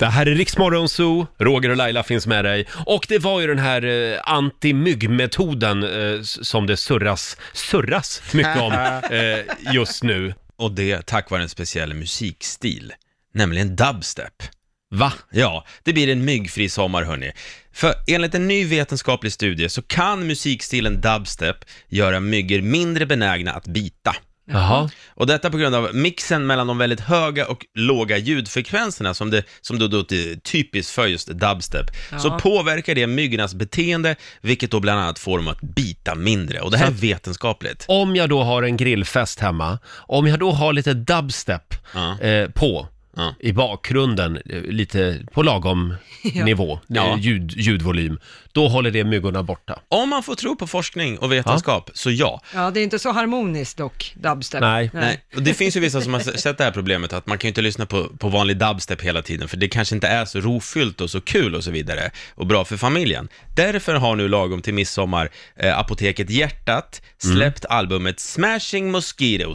Det här är Riksmorgon Zoo, Roger och Laila finns med dig. Och det var ju den här eh, anti-myggmetoden eh, s- som det surras, surras mycket om eh, just nu. Och det tack vare en speciell musikstil, nämligen dubstep. Va? Ja, det blir en myggfri sommar hörni. För enligt en ny vetenskaplig studie så kan musikstilen dubstep göra myggor mindre benägna att bita. Jaha. Och detta på grund av mixen mellan de väldigt höga och låga ljudfrekvenserna som, det, som då, då är typiskt för just dubstep. Så Ja. påverkar det myggornas beteende, vilket då bland annat får dem att bita mindre. Och det här är vetenskapligt. Om jag då har en grillfest hemma, om jag då har lite dubstep Ja. eh, på Ja. i bakgrunden, eh, lite på lagom nivå, Ja. eh, ljud, ljudvolym, då håller det myggorna borta. Om man får tro på forskning och vetenskap, så ja. Ja, det är inte så harmoniskt dock, dubstep. Nej. Nej, och det finns ju vissa som har s- sett det här problemet att man kan ju inte lyssna på, på vanlig dubstep hela tiden för det kanske inte är så rofyllt och så kul och så vidare och bra för familjen. Därför har nu lagom till midsommar eh, Apoteket Hjärtat Mm. släppt albumet Smashing Mosquito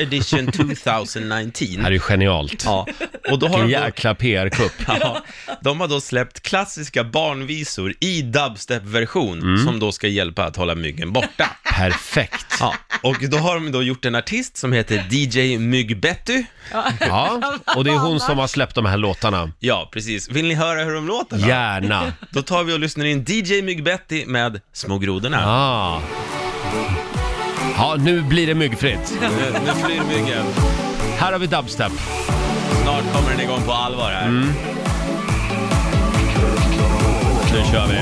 Edition 2019. Det här är ju genialt. Ja, och då har Vilken de, då, jäkla PR-kupp. ja, de har då släppt klassiska barnvisor i dubstep-version Mm. som då ska hjälpa att hålla myggen borta. Perfekt. Ja, och då har de då gjort en artist som heter DJ Myggbetty. Ja, och det är hon som har släppt de här låtarna. Ja, precis. Vill ni höra hur de låter då? Gärna. Då tar vi och lyssnar in DJ Myggbetty med Små grodorna. Ah. Ja, nu blir det myggfritt. Nu, nu flyr myggen. Här har vi dubstep. Snart kommer den igång på allvar här. Mm. Nu kör vi.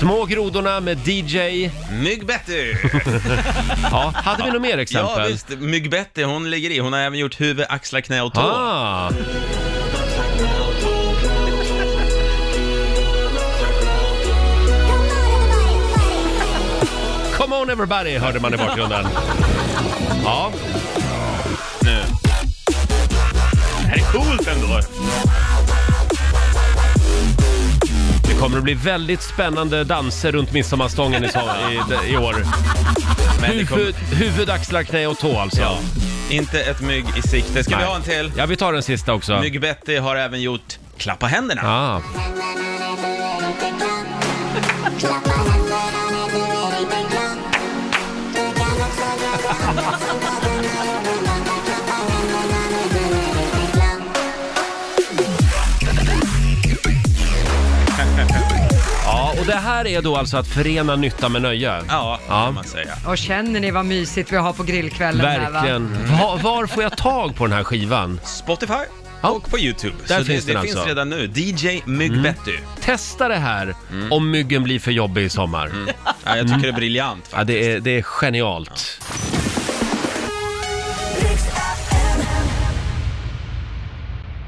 Små grodorna med DJ. Myggbetty! Ja, hade vi något mer Ja, exempel? visst. Myggbetty, hon ligger i. Hon har även gjort huvud, axlar, knä och tå. ah. Come on everybody hörde man i bakgrunden. Ja. Det här är coolt ändå. Det kommer att bli väldigt spännande danser runt midsommarstången i, so- i, i år. Men det kommer... Huvud, huvud, axlar, knä och tå alltså. Ja. Inte ett mygg i sikte. Ska vi Nej. ha en till? Ja, vi tar den sista också. Myggbetty har även gjort Klappa händerna. Ah. Ja, och det här är då alltså att förena nytta med nöje. Ja, Ja. kan man säga. Och känner ni vad mysigt vi har på grillkvällen här va? Verkligen. Va, var får jag tag på den här skivan? Spotify Ja. och på YouTube. Där så finns det, det den finns alltså. Mm. redan nu. DJ Myggbetty. Testa det här om myggen blir för jobbig i sommar. Ja, jag tycker det är briljant Ja, faktiskt. det, är, det är genialt.